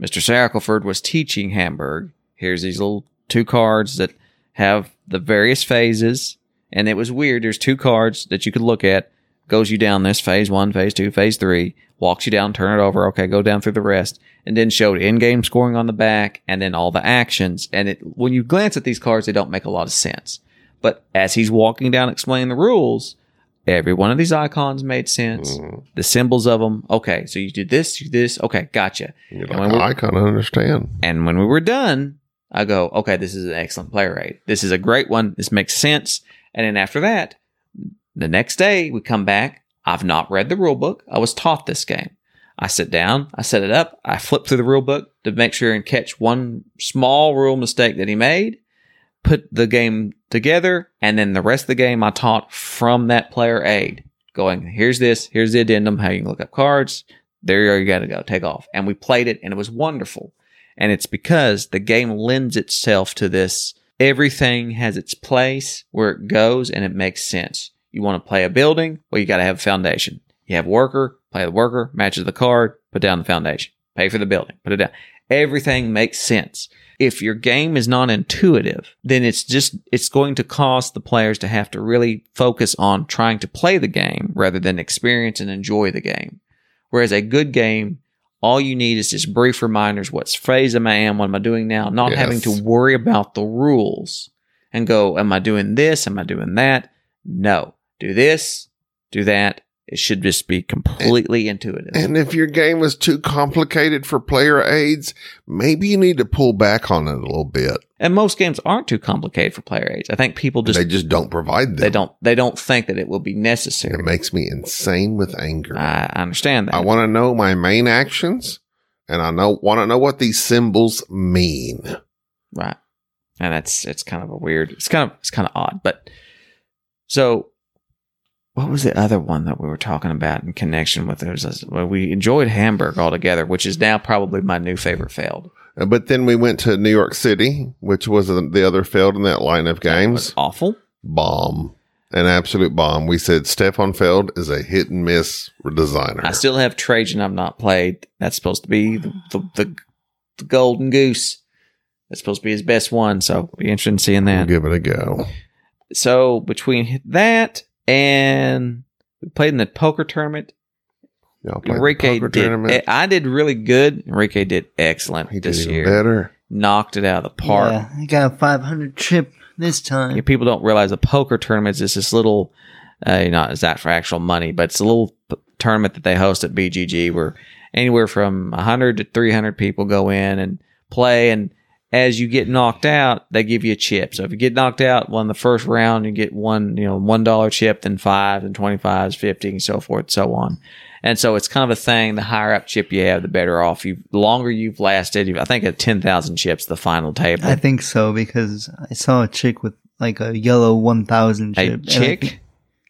B: Mr. Shackelford was teaching Hamburg, here's these little two cards that have the various phases. And it was weird. There's two cards that you could look at. Goes you down this phase one, phase two, phase three, walks you down, turn it over. Okay, go down through the rest. And then showed in game scoring on the back and then all the actions. And it, when you glance at these cards, they don't make a lot of sense. But as he's walking down explaining the rules, every one of these icons made sense. The symbols of them. Okay, so you do this, you do this. Okay, gotcha.
A: You're
B: And when
A: like,
B: we're-
A: I kind of understand.
B: and when we were done, I go, okay, this is an excellent player aid. This is a great one. This makes sense. And then after that, the next day we come back. I've not read the rule book. I was taught this game. I sit down, I set it up, I flip through the rule book to make sure and catch one small rule mistake that he made, put the game together, and then the rest of the game I taught from that player aid. Going, here's this, here's the addendum, how you can look up cards. There you are, you gotta go, take off. And we played it and it was wonderful. And it's because the game lends itself to this. Everything has its place where it goes and it makes sense. You want to play a building? Well, you got to have a foundation. You have worker, play the worker, matches the card, put down the foundation, pay for the building, put it down. Everything makes sense. If your game is not intuitive, then it's just, it's going to cause the players to have to really focus on trying to play the game rather than experience and enjoy the game. Whereas a good game, all you need is just brief reminders. What phase am I in? What am I doing now? Not
A: Yes.
B: having to worry about the rules and go, am I doing this? Am I doing that? No. Do this, do that. It should just be completely intuitive.
A: And if your game is too complicated for player aids, maybe you need to pull back on it a little bit.
B: and most games aren't too complicated for player aids. I think people just
A: they
B: they,
A: just don't provide them.
B: don't they don't think that it will be
A: It
B: necessary.
A: makes me insane with anger.
B: I I understand that.
A: I want to know my main actions, and I know want to know what these symbols mean.
B: Right. And that's it's kind of a weird it's kind of it's kind of odd. But so what was the other one that we were talking about in connection with it? Was this- well, we enjoyed Hamburg altogether, which is now probably my new favorite failed.
A: Uh, But then we went to New York City, which was the the other field in that line of
B: That
A: games.
B: was awful.
A: bomb, an absolute bomb. We said Stefan Feld is a hit and miss designer.
B: I still have Trajan I've not played. That's supposed to be the the, the, the golden goose. That's supposed to be his best one. So be interested in seeing
A: We'll
B: that.
A: give it a go.
B: So between that and we played in the poker tournament
A: Y'all played the
B: Enrique
A: poker
B: did. e, I did really good. Enrique did excellent
A: He did
B: this
A: even
B: year.
A: better.
B: Knocked it out of the park.
C: Yeah, I got a 500 chip this
B: Yeah,
C: time.
B: people don't realize a poker tournament is just this little, uh, you know, it's not for actual money, but it's a little p- tournament that they host at BGG where anywhere from 100 to 300 people go in and play. And as you get knocked out, they give you a chip. So if you get knocked out, well, in the first round, you get one, you know, one dollar chip, then five, then 25s, 50, and so forth, so on. And so it's kind of a thing. The higher up chip you have, the better off you. The longer you've lasted, you I think at ten thousand chips, the final table.
C: I think so because I saw a chick with like a yellow one thousand
B: a
C: chip. and I
B: chick,
C: think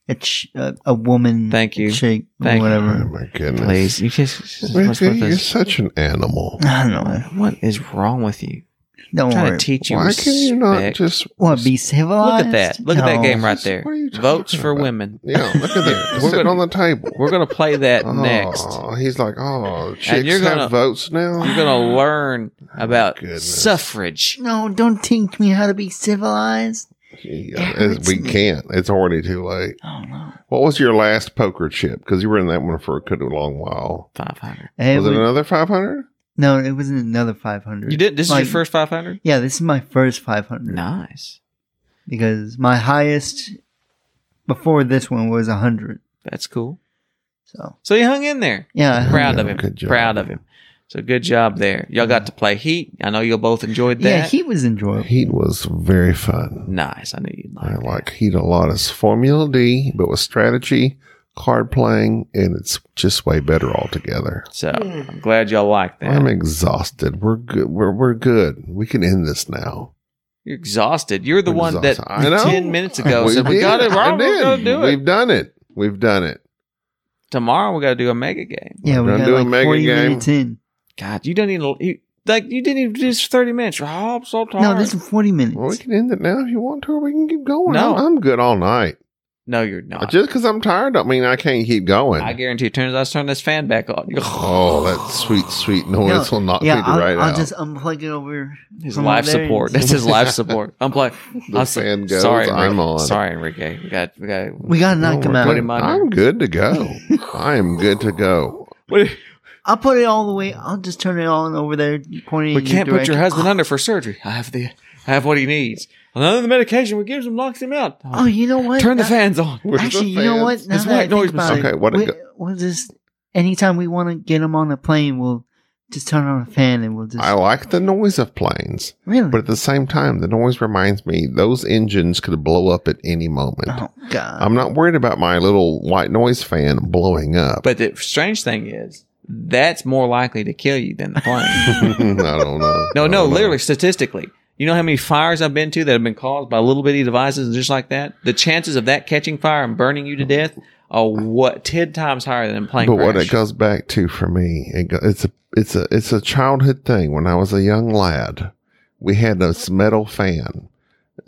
C: a, ch- a, a woman.
B: Thank you.
C: Chick. or
B: Thank you.
A: Oh
C: whatever.
A: my goodness.
B: please. You just what's
A: Ricky,
B: with
A: you're
B: this?
A: such an animal.
C: I don't know.
B: What is wrong with you?
C: Don't
B: I'm trying
C: worry.
B: to teach you
A: Why can you not
B: respect.
A: just
C: what be
B: Look
C: civilized?
B: at that! Look at that
C: No.
B: game right there.
A: What are you talking
B: Votes for
A: about?
B: women.
A: Yeah, look at that.
B: *laughs* We're
A: We're sitting
B: gonna-
A: on the table.
B: We're gonna play that next.
A: *laughs* Oh, he's like, oh, chicks
B: you're gonna-
A: have votes now.
B: You're gonna learn about
A: goodness.
B: suffrage.
C: No, don't teach me how to be civilized.
A: Yeah,
C: It hurts
A: it's- we
C: me.
A: can't. It's already too late.
C: Oh no.
A: What was your last poker chip? Because you were in that one for a good long while.
B: Five hundred.
C: Hey,
A: was it
C: we-
A: another five hundred?
C: no, it wasn't another five hundred.
B: You did. This
C: Like-
B: is your first five hundred.
C: Yeah, this is my first five hundred.
B: Nice.
C: because my highest before this one was hundred.
B: That's cool.
C: So
B: So you hung in there.
C: yeah, I-
B: Proud of
A: Yeah,
B: him.
A: good job.
B: Proud of him. So good job there. Y'all got to play Heat. I know you both enjoyed that.
C: yeah, he was enjoyable.
A: Heat was very fun.
B: Nice. I knew you'd like.
A: I
B: that.
A: like Heat a lot. It's Formula D, but with strategy, card playing, and it's just way better altogether.
B: So I'm glad y'all like that.
A: I'm exhausted. We're good. We're, we're good. We can end this now.
B: You're exhausted. You're the
A: I'm
B: one
A: exhausted. I
B: that
A: know.
B: ten
A: *laughs*
B: minutes ago said we
A: did.
B: got it
A: I
B: wrong. We're
A: did.
B: gonna do it
A: We've done it. We've done it.
B: tomorrow. We got to do a mega game.
C: Yeah, we
A: We're gonna
C: got
A: do a
C: like
A: mega
C: forty
A: game.
C: minutes in.
B: God, you don't even you, like you didn't even do this for thirty minutes. You're, "Oh, I'm so tired.
C: No, this is forty minutes.
A: Well, we can end it now if you want to, or we can keep going.
B: No.
A: I'm, I'm good all night.
B: No, you're not.
A: Just because I'm tired, don't mean I can't keep going.
B: I guarantee. As soon as I turn this fan back on, *laughs*
A: oh, that sweet, sweet noise will knock
C: yeah,
A: me to
C: I'll,
A: right
C: I'll
A: out.
C: just unplug it over.
B: his
C: from
B: life
C: over there
B: support.
C: and-
B: That's his life support. I'm playing.
A: *laughs* The
B: I'm so-
A: fan goes.
B: sorry, Enrique.
A: I'm on.
B: Sorry, Enrique. We got. We got.
C: We gotta
A: No,
C: knock him
A: we're
C: out.
A: good.
B: him under.
A: I'm good to go. I am good to go.
B: What-
C: I'll put it all the way. I'll just turn it on over there, pointing.
B: We
C: in
B: can't put your
C: direction.
B: husband under for surgery. I have the. I have what he needs. None of the medication we gives him knocks him out.
C: Oh, you know what?
B: turn the
C: Now-
B: fans on.
A: Where's the
C: Actually, you know
A: fans?
C: what? Now
B: It's
C: that I
B: white
C: think
B: noise
C: about
A: machine.
C: it,
A: Okay, what a
C: we,
A: go-
C: we'll just anytime we want to get him on a plane, we'll just turn on a fan and we'll just
A: I like the noise of planes,
C: really.
A: but at the same time, the noise reminds me those engines could blow up at any moment.
C: oh God!
A: I'm not worried about my little white noise fan blowing up.
B: But the strange thing is, that's more likely to kill you than the plane.
A: *laughs* I don't know.
B: *laughs* no,
A: I
B: no,
A: don't know.
B: literally, statistically. You know how many fires I've been to that have been caused by little bitty devices and just like that? The chances of that catching fire and burning you to death are what 10 times higher than a plane
A: But
B: crash.
A: what it goes back to for me, it go, it's a it's a it's a childhood thing. When I was a young lad, we had this metal fan,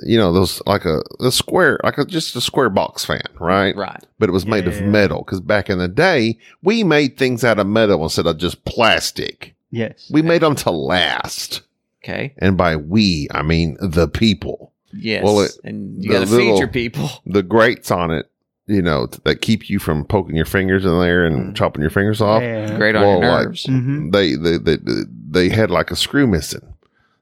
A: you know, those like a a square, like a, just a square box fan, right?
B: Right.
A: But it was made of
C: Yeah.
A: metal because back in the day, we made things out of metal instead of just plastic.
C: yes,
A: We made them to last,
B: Okay.
A: and by we, I mean the people.
B: Yes.
A: Well, it-
B: and you
A: the
B: got to feed
A: little-
B: your people.
A: the grates on it, you know, t- that keep you from poking your fingers in there and chopping your fingers off.
C: Yeah.
B: Great on
A: Well,
B: your
A: like- *laughs*
B: nerves.
C: Mhm.
A: They, they they they had like a screw missing,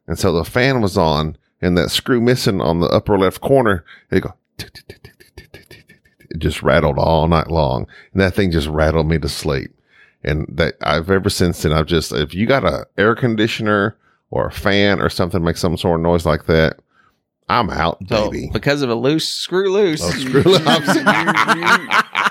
A: and so the fan was on, and that screw missing on the upper left corner. It go, tick, tick, tick, tick, tick, tick, tick, tick, tick, tick. it just rattled all night long, and that thing just rattled me to sleep. And that I've ever since then I've just if you got a air conditioner or a fan or something make some sort of noise like that, I'm out,
B: So,
A: baby.
B: because of a loose screw loose,
A: Oh, screw loose.
B: *laughs*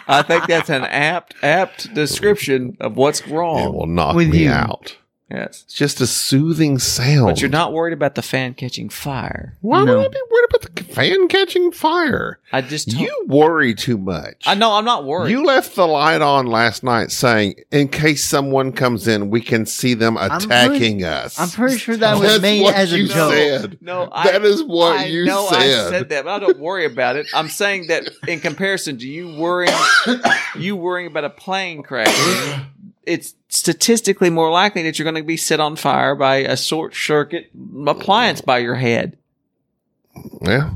B: I think that's an apt apt description of what's
A: It
B: wrong.
A: will knock
C: With
A: me
C: you.
A: out.
B: yes.
A: It's just a soothing sound.
B: But you're not worried about the fan catching fire.
A: Why
C: No.
A: would I be worried about the fan catching fire?
B: I just told-
A: You worry too much.
B: I know I'm not worried.
A: You left the light on last night, saying, "In case someone comes in, we can see them
C: pretty-
A: attacking us."
C: I'm pretty
A: *laughs*
C: sure that was
A: That's
C: made
A: what
C: as a
A: you
C: joke.
A: Said.
B: No,
A: that is what
B: I
A: you
B: know
A: said.
B: I said that, but I don't worry about it. I'm saying that in comparison to you
A: *coughs*
B: worrying, you worrying about a plane crash. It's statistically more likely that you're going to be set on fire by a short circuit appliance by your head,
A: Yeah,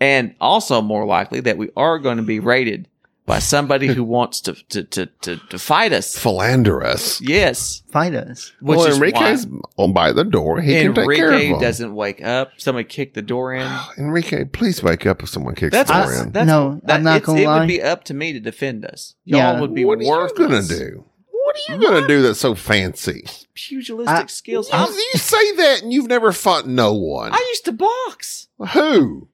B: and also more likely that we are going to be raided by somebody who wants to to to to, to fight us.
A: philander us.
B: Yes,
C: Fight us.
B: which
A: well,
B: is
A: Enrique's
B: why
A: on by the door. He can take care of
B: Enrique
A: them.
B: doesn't wake up. Somebody kicked the door in.
A: Enrique, please wake up if someone kicks
B: That's,
A: the
C: I-
A: door
B: that's,
A: in.
B: that's
C: No, I'm not
B: it's-
C: gonna
B: It
C: lie.
B: would be up to me to defend us. Y'all
C: Yeah.
B: would be
A: what are you
B: worthless.
A: gonna do? What What are you going to do that's so fancy?
B: Pugilistic
C: I-
B: skills.
A: You,
B: I'm-
A: you say that and you've never fought no one.
B: I used to box.
A: Who?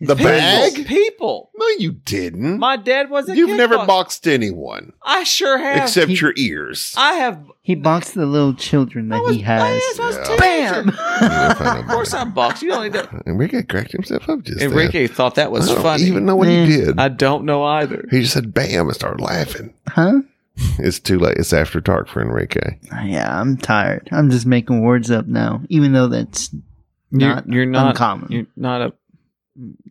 A: The
B: People,
A: bag?
B: People.
A: No, you didn't.
B: My dad was a
A: You've
B: kid
A: never
B: boxer.
A: boxed anyone
B: I sure have.
A: except
C: He-
A: your ears.
B: I have.
C: He boxed the little children
B: I
C: that
B: was,
C: he has.
B: I was, I was a
C: Bam!
B: teenager.
A: *laughs* of
B: Of course, I boxed. You
A: *laughs*
B: don't need to.
A: Enrique cracked himself up just then.
B: Enrique thought that was
A: I don't
B: funny.
A: even know what he
C: Man.
A: did.
B: I don't know either.
A: he just said "bam" and started laughing.
C: huh?
A: It's too late. It's after dark for Enrique.
C: Yeah, I'm tired. I'm just making words up now, even though that's not,
B: you're, you're not
C: uncommon.
B: You're not a.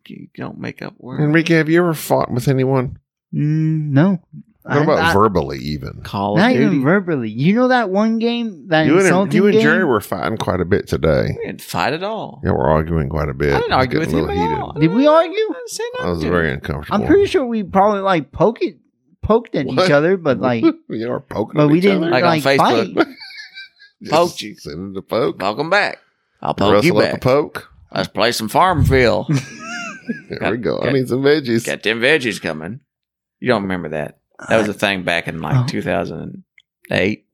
B: You don't make up words.
A: Enrique, have you ever fought with anyone?
C: Mm, no.
A: What
C: I-
A: about
C: I-
A: verbally, even?
B: Call of
C: Not
B: Duty.
C: even verbally. You know that one game that
A: You and,
C: insulting
A: you and
C: game?
A: Jerry were fighting quite a bit today.
B: We didn't fight at all.
A: Yeah, we're arguing quite a bit.
B: I didn't
A: It was
B: argue with
A: getting a
B: him
A: little
B: at all. I
C: Did we argue?
B: I didn't say
A: I was
B: nothing.
A: very uncomfortable.
C: I'm pretty sure we probably like poke it, poked at
A: What?
C: each
A: *laughs*
C: other, but like,
A: we are poking.
C: but
A: at
C: we
A: each
C: didn't
A: other.
C: like,
B: Like on Facebook.
C: fight.
A: Just
B: poked you.
A: Send it to poke.
B: Welcome back. I'll poke
A: Rustle
B: you
A: up a
B: back.
A: poke.
B: Let's play some
A: *laughs*
B: Farmville.
A: There
B: Got-
A: we go. I
B: got-
A: need some veggies.
B: Got them veggies coming. You don't remember that? That *laughs* was a thing back in like
C: Oh.
B: 2008.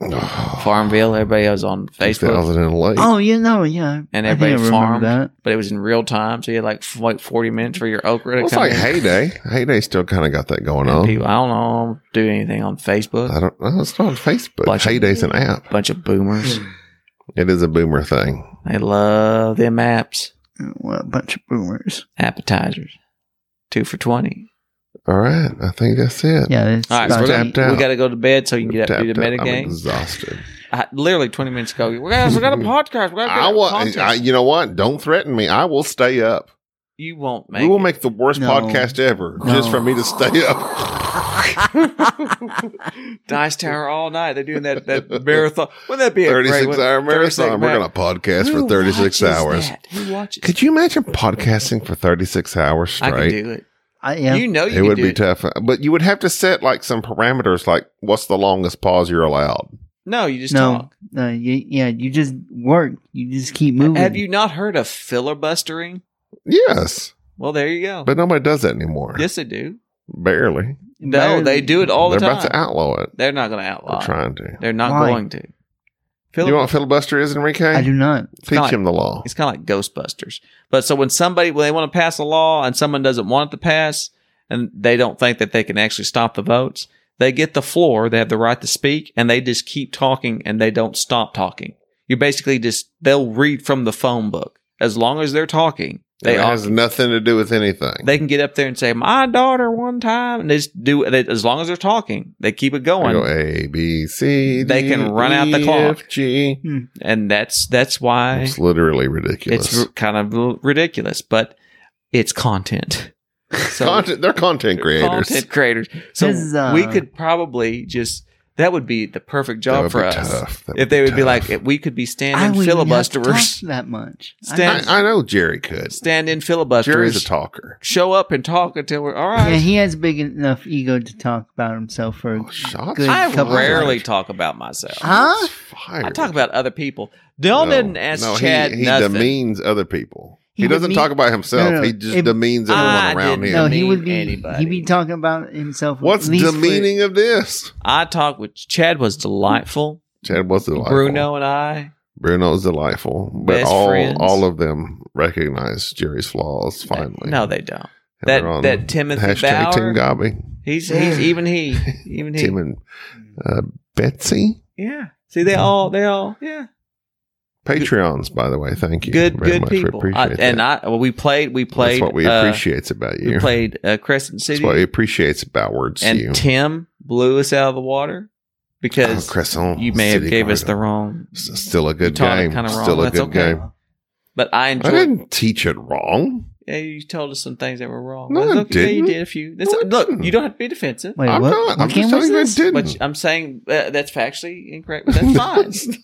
B: Farmville. Everybody was on Facebook,
A: 2008.
C: Oh, you know, yeah.
B: and
C: I think I
B: everybody
C: remember
B: farmed,
C: that.
B: but it was in real time. So you had like f- like 40 minutes for your okra to
A: Well, it's
B: come
A: like
B: in.
A: heyday. Heyday still kind of got that going
B: And
A: on.
B: people, I don't know. Do anything on Facebook?
A: I don't know. It's not on Facebook.
B: Bunch of-
A: Heyday's an app.
B: Bunch of
C: *sighs*
B: boomers.
A: It is a boomer thing.
B: they love them apps.
C: What a bunch of boomers.
B: Appetizers, two for twenty.
A: All right. I think that's it.
C: Yeah, it's
B: All right, so
C: about
B: we're gonna,
C: to eat.
A: Tapped out.
B: we got to go to bed so you can get up
A: Tapped
B: do the
A: out. I'm
B: metagame.
A: exhausted.
B: I, literally 20 minutes ago, we guys, we got a podcast. We
A: Mm.
B: got
A: I
B: a
A: want.
B: podcast.
A: I, you know what? Don't threaten me. I will stay up.
B: you won't make
A: we will
B: it.
A: make the worst
C: No.
A: podcast ever
C: No.
A: just for me to stay *laughs*
B: *laughs*
A: up.
B: Dice Tower all night. They're doing
A: *laughs*
B: that, that marathon. Wouldn't that be a great
A: 36
B: one?
A: hour
B: 36
A: marathon. We're
B: mar-
A: going to podcast
B: Who
A: for 36
B: watches
A: hours.
B: That? Who watches?
A: Could you imagine podcasting for 36 hours
B: I
A: straight?
B: could do it.
C: *laughs* I, yeah.
B: You know you
A: it
B: could
A: would
B: do
A: be
B: it.
A: tough. uh, But you would have to set like some parameters, like what's the longest pause you're allowed?
B: No, you just
C: no,
B: talk.
C: no, you, yeah, you just work. You just keep moving.
B: Have you not heard of filibustering?
A: Yes,
B: Well, there you go.
A: but nobody does that anymore.
B: yes, they do.
A: barely.
B: No, they do it all
A: They're
B: the time.
A: about to outlaw it.
B: They're not going to
A: They're
B: outlaw. it.
A: trying to.
B: They're not
C: Why?
B: going to.
A: Do
B: Filib-
A: you know what filibuster is, Enrique?
C: I do not.
A: Teach
B: kinda
A: him the law.
B: It's kind of like Ghostbusters. But so when somebody when they want to pass a law and someone doesn't want it to pass and they don't think that they can actually stop the votes, they get the floor, they have the right to speak, and they just keep talking and they don't stop talking. You basically just they'll read from the phone book as long as they're talking. They
A: it
B: all,
A: has nothing to do with anything.
B: they can get up there and say my daughter one time and they just do they, as long as they're talking, they keep it
A: They
B: going.
A: go A, B, C.
B: They
A: D,
B: can run out the
A: E,
B: clock.
A: F, G.
B: And that's that's why
A: It's literally ridiculous.
B: it's r- kind of l- ridiculous, but
A: *laughs*
B: it's content. So
A: content, they're content creators.
B: Content creators. So
C: This is, uh,
B: we could probably just that would be the perfect
A: That
B: job
A: would
B: for
A: be
B: us.
A: tough. That
B: If they would be
A: tough.
B: like, if we could be
C: I
B: standing
C: wouldn't even have to
B: filibusters,
C: talk that much. I-
B: Stand-
A: I, I know Jerry
B: *laughs*
A: could.
B: stand in filibusters,
A: Jerry's a talker.
B: show up and talk until we're all
C: yeah,
B: right.
C: he has big enough ego to talk about himself for.
A: Oh, shots
C: Good
B: I
C: couple
B: rarely
A: fired.
B: talk about myself.
C: Huh?
A: Fired.
B: I talk about other people. Dylan
A: No.
B: didn't ask
A: No, he-
B: Chad
A: He,
B: nothing.
A: demeans other people. He,
C: He
A: doesn't
C: demean-
A: talk about himself.
C: No, no,
A: he just
C: it-
A: demeans
B: I
A: everyone around
B: didn't
A: him.
C: No, he
B: demean
C: would be.
B: anybody.
C: He'd be talking about himself.
A: What's
C: at least for-
A: demeaning of this?
B: I talked with Chad was delightful.
A: Chad was delightful.
B: Bruno and I.
A: Bruno's delightful, but
B: Best
A: all
B: friends.
A: all of them recognize Jerry's flaws. Finally,
B: No, they don't.
A: And
B: that-
A: they're on
B: that Timothy
A: hashtag
B: Bauer-
A: Tim Gobby,
B: He's he's
A: *laughs*
B: even he even he.
A: Tim and uh, Betsy.
B: Yeah. See, they all they all yeah.
A: Patreons, by the way, thank you.
B: good
A: very
B: good
A: much.
B: people
A: We
B: I,
A: appreciate
B: and
A: that.
B: i well, we played we played
A: That's what we
B: uh,
A: appreciates about you.
B: we played uh, crescent
A: That's
B: city
A: what he appreciates about words to
B: and
A: you.
B: tim blew us out of the water
A: Oh,
B: because
A: Cresson
B: you may have
A: City
B: gave us the
A: Cardinal.
B: wrong
A: S- Still a good
B: You taught it
A: game.
B: kinda wrong.
A: Still a
B: That's
A: good
B: okay.
A: game.
B: but i
A: I
B: enjoyed
A: didn't teach it wrong.
B: yeah you told us some things that were wrong
A: No,
B: That's
A: I
B: okay. you
A: didn't.
B: did a few That's-
A: No, I
B: look
A: didn't.
B: you don't have to be defensive
C: Wait,
A: I'm
C: what?
A: not.
C: What
A: I'm just
C: game
A: telling
C: was
A: you I
C: this?
A: didn't.
B: but i'm saying uh, that's factually incorrect but that's fine
A: *laughs*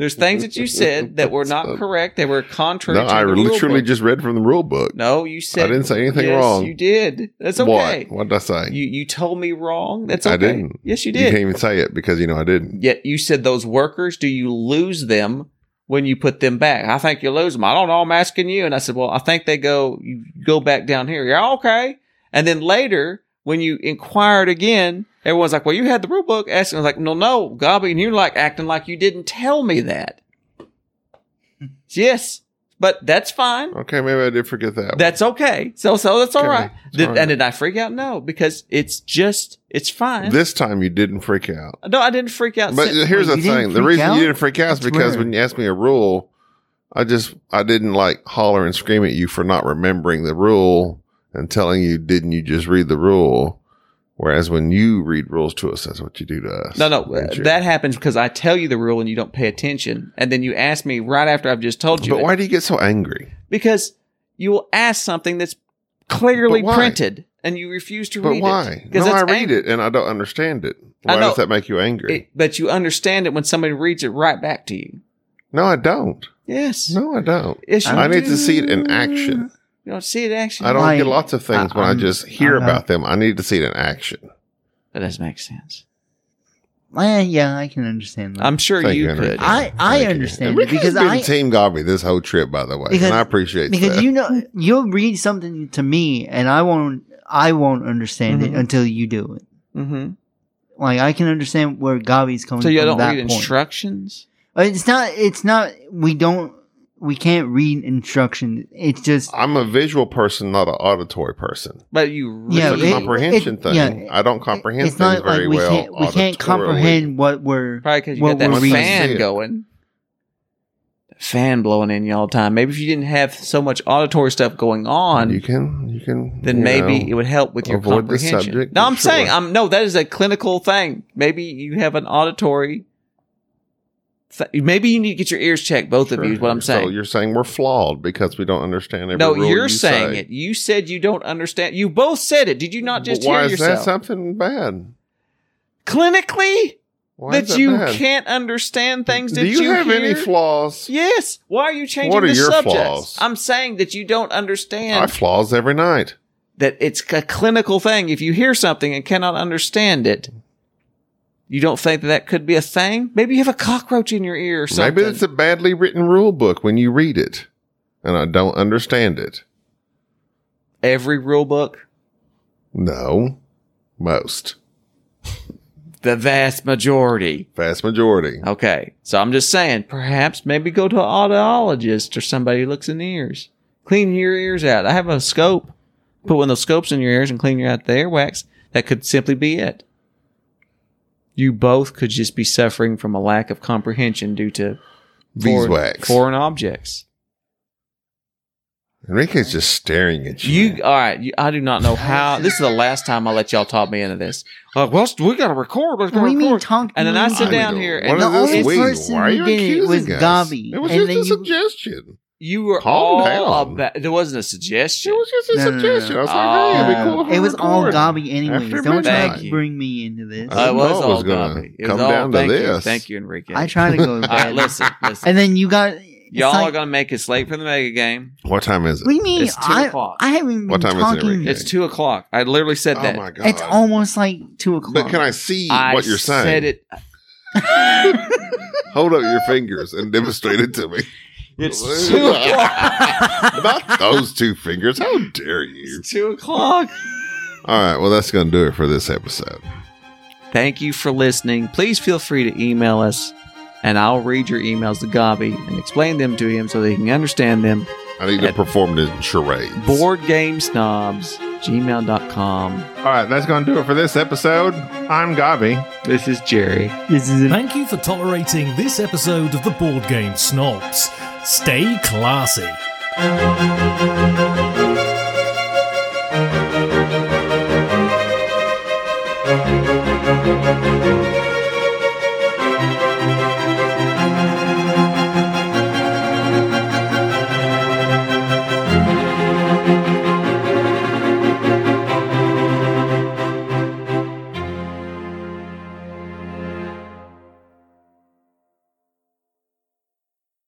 B: there's things that you said that were not correct they were contrary
A: no,
B: to
A: I
B: the
A: literally
B: rulebook.
A: just read from the rule book.
B: no you said
A: didn't say anything
B: yes,
A: wrong.
B: you did that's okay
A: What? What did I say?
B: You you told me wrong. That's okay.
A: I didn't.
B: Yes, you
A: You can't
B: did.
A: even say it because you know I didn't.
B: Yet you said those workers. Do you lose them when you put them back? I think you lose them. I don't know. I'm asking you. And I said, well, I think they go. You go back down here. Yeah, okay. And then later, when you inquired again, Everyone's like, "Well, you had the rule book." Asking, I was like, "No, no, Gobby, and you're like acting like you didn't tell
A: *laughs*
B: me that." yes, but that's fine.
A: Okay, maybe I did forget that. one.
B: That's okay. So, so that's all
A: Okay,
B: right.
A: it's
B: Did,
A: all right.
B: And did I freak out? No, because it's just it's fine.
A: This time you didn't freak out.
B: no, I didn't freak out.
A: But
B: Sin-
A: here's
C: Wait,
A: the
C: you didn't
A: thing: the
C: freak
A: reason
C: out?
A: you didn't freak out is
C: That's
A: because
C: weird.
A: when you asked me a rule, I just I didn't like holler and scream at you for not remembering the rule and telling you, "Didn't you just read the rule?" Whereas when you read rules to us, that's what you do to us.
B: no, no,
A: Don't you?
B: that happens because I tell you the rule and you don't pay attention, and then you ask me right after I've just told you.
A: But
B: it.
A: why do you get so angry?
B: Because you will ask something that's clearly
A: But why?
B: printed, and you refuse to
A: But
B: read
A: why?
B: it.
A: No, I read
B: angry.
A: it and I don't understand it.
B: I
A: Why
B: know.
A: does that make you angry?
B: It- But you understand it when somebody reads it right back to you.
A: no, I don't.
B: Yes.
A: No, I don't.
B: Yes, you
A: I need
B: do.
A: to see it in action.
B: You don't see it in action.
A: I don't
C: Like,
A: get lots of things
C: I-
A: when i
B: Um,
C: I'm-
A: just hear
C: I'm not-
A: about them. I need to see it in action.
B: That doesn't make sense.
C: Eh, yeah, I can understand that.
B: I'm sure
A: Thank
B: you
A: you,
B: could.
A: Henry.
C: I, I
A: Thank you.
C: understand
A: And
C: it
A: Rick
C: because
A: has been
C: I
A: team Gobby this whole trip, by the way,
C: Because-
A: and I appreciate
C: because
A: that.
C: you know you'll read something to me and I won't I won't understand
B: Mhm.
C: it until you do it.
B: hmm
C: Like I can understand where Gabi's coming
B: So you
C: from.
B: don't
C: that
B: read
C: point.
B: instructions?
C: It's not. It's not. We don't. We can't read instructions. It's just.
A: I'm a visual person, not an auditory person.
B: But you read.
C: Yeah,
A: it's a
C: it-
A: comprehension
C: it-
A: thing.
C: yeah,
A: I don't comprehend
C: it's
A: things
C: not
A: very
C: like we
A: well.
C: can't. We can't
A: auditorily.
C: comprehend what we're.
B: Probably because you
C: what
B: got
C: we're
B: that
A: reading.
B: fan
A: See it.
B: going. That fan blowing in you all the time. Maybe if you didn't have so much auditory stuff going on,
A: You can, you can.
B: then
A: you
B: maybe
A: know.
B: it would help with your
A: avoid the
B: comprehension.
A: subject,
B: no, I'm
A: sure.
B: saying I'm no. That is a clinical thing. Maybe you have an auditory. Th- maybe you need to get your ears checked. Both of you is what I'm
A: So
B: saying.
A: you're saying we're flawed because we don't understand every
B: no,
A: rule
B: you're
A: you
B: saying
A: say.
B: it. You said you don't understand. You both said it. Did you not
A: But
B: just
A: why
B: hear
A: is
B: yourself?
A: that something bad?
B: Clinically,
A: Why
B: that,
A: is that
B: you
A: bad?
B: can't understand things.
A: Do
B: that
A: you, have any
B: hear?
A: flaws?
B: Yes. Why are you changing
A: What are
B: the
A: your
B: subjects?
A: flaws?
B: I'm saying that you don't
A: I
B: understand
A: have flaws every night.
B: that it's a clinical thing. If you hear something and cannot understand it, you don't think that that could be a thing. Maybe you have a cockroach in your ear or something.
A: Maybe it's a badly written rule book when you read it, and I don't understand it.
B: every rule book.
A: No, most,
B: The vast majority.
A: vast majority.
B: Okay, so I'm just saying, perhaps maybe go to an audiologist or somebody who looks in the ears. Clean your ears out. I have a scope. Put one of those scopes in your ears and clean your out the earwax. That could simply be it. You both could just be suffering from a lack of comprehension due to foreign-
A: Beeswax.
B: foreign objects.
A: Enrique's just staring at you.
B: You all right? You, I do not know how. This is the last time I let y'all talk me into this. Like, well, we got to record. Let's
C: What do you mean
B: record.
C: talk?
B: And then I
C: mean-
B: sit down
A: know.
B: here
A: What
B: and
C: The
A: is this
C: only
A: we?
C: person
A: Why are
C: who
A: you
C: did it
A: accusing
C: was
A: us?
C: Gabi,
A: It was
C: and
A: just a
C: then you-
A: suggestion.
B: you were
A: Calm
B: all
A: down.
B: about. There wasn't a suggestion.
A: It was just a
C: No, no, no,
A: suggestion. I was like, hey, it'd be cool
C: Uh,
A: if we
C: it was all
A: record.
C: Gabi anyways.
A: After
C: Don't try
B: midnight.
C: to bring me into this.
A: I
B: I
A: didn't
B: was
A: know it
B: all
A: was gonna
B: gonna
A: come down to
B: thank You.
A: this.
B: Thank you, Enrique.
C: I try to go.
B: *laughs*
C: to
B: All right,
C: bed. *laughs*
B: listen, listen.
C: And then you got it's
B: Y'all
C: like,
B: are gonna make us late for the mega game.
A: What time is it?
C: What do you mean?
B: It's two
C: I,
B: o'clock.
C: I haven't even
A: What
C: been
A: time is it,
C: talking.
A: Enrique?
B: It's two o'clock. I literally said
A: oh
B: that.
A: my god!
C: it's almost like two o'clock.
A: But can I see
B: I
A: what you're saying?
B: Said it.
A: Hold up your fingers and demonstrate it to me.
B: It's
A: *laughs*
B: two o'clock.
C: *laughs*
A: Not those two fingers. How dare you?
B: it's two o'clock.
A: All right. Well, that's gonna do it for this episode.
B: Thank you for listening. Please feel free to email us, and I'll read your emails to Gabi and explain them to him so that he can understand them.
A: I need to
B: At-
A: perform the charades.
B: BoardGameSnobs, gmail.com.
A: All right. That's gonna do it for this episode. I'm Gobby.
B: This is Jerry.
C: This is an
D: Thank you for tolerating this episode of the Board Game Snobs. Stay classy.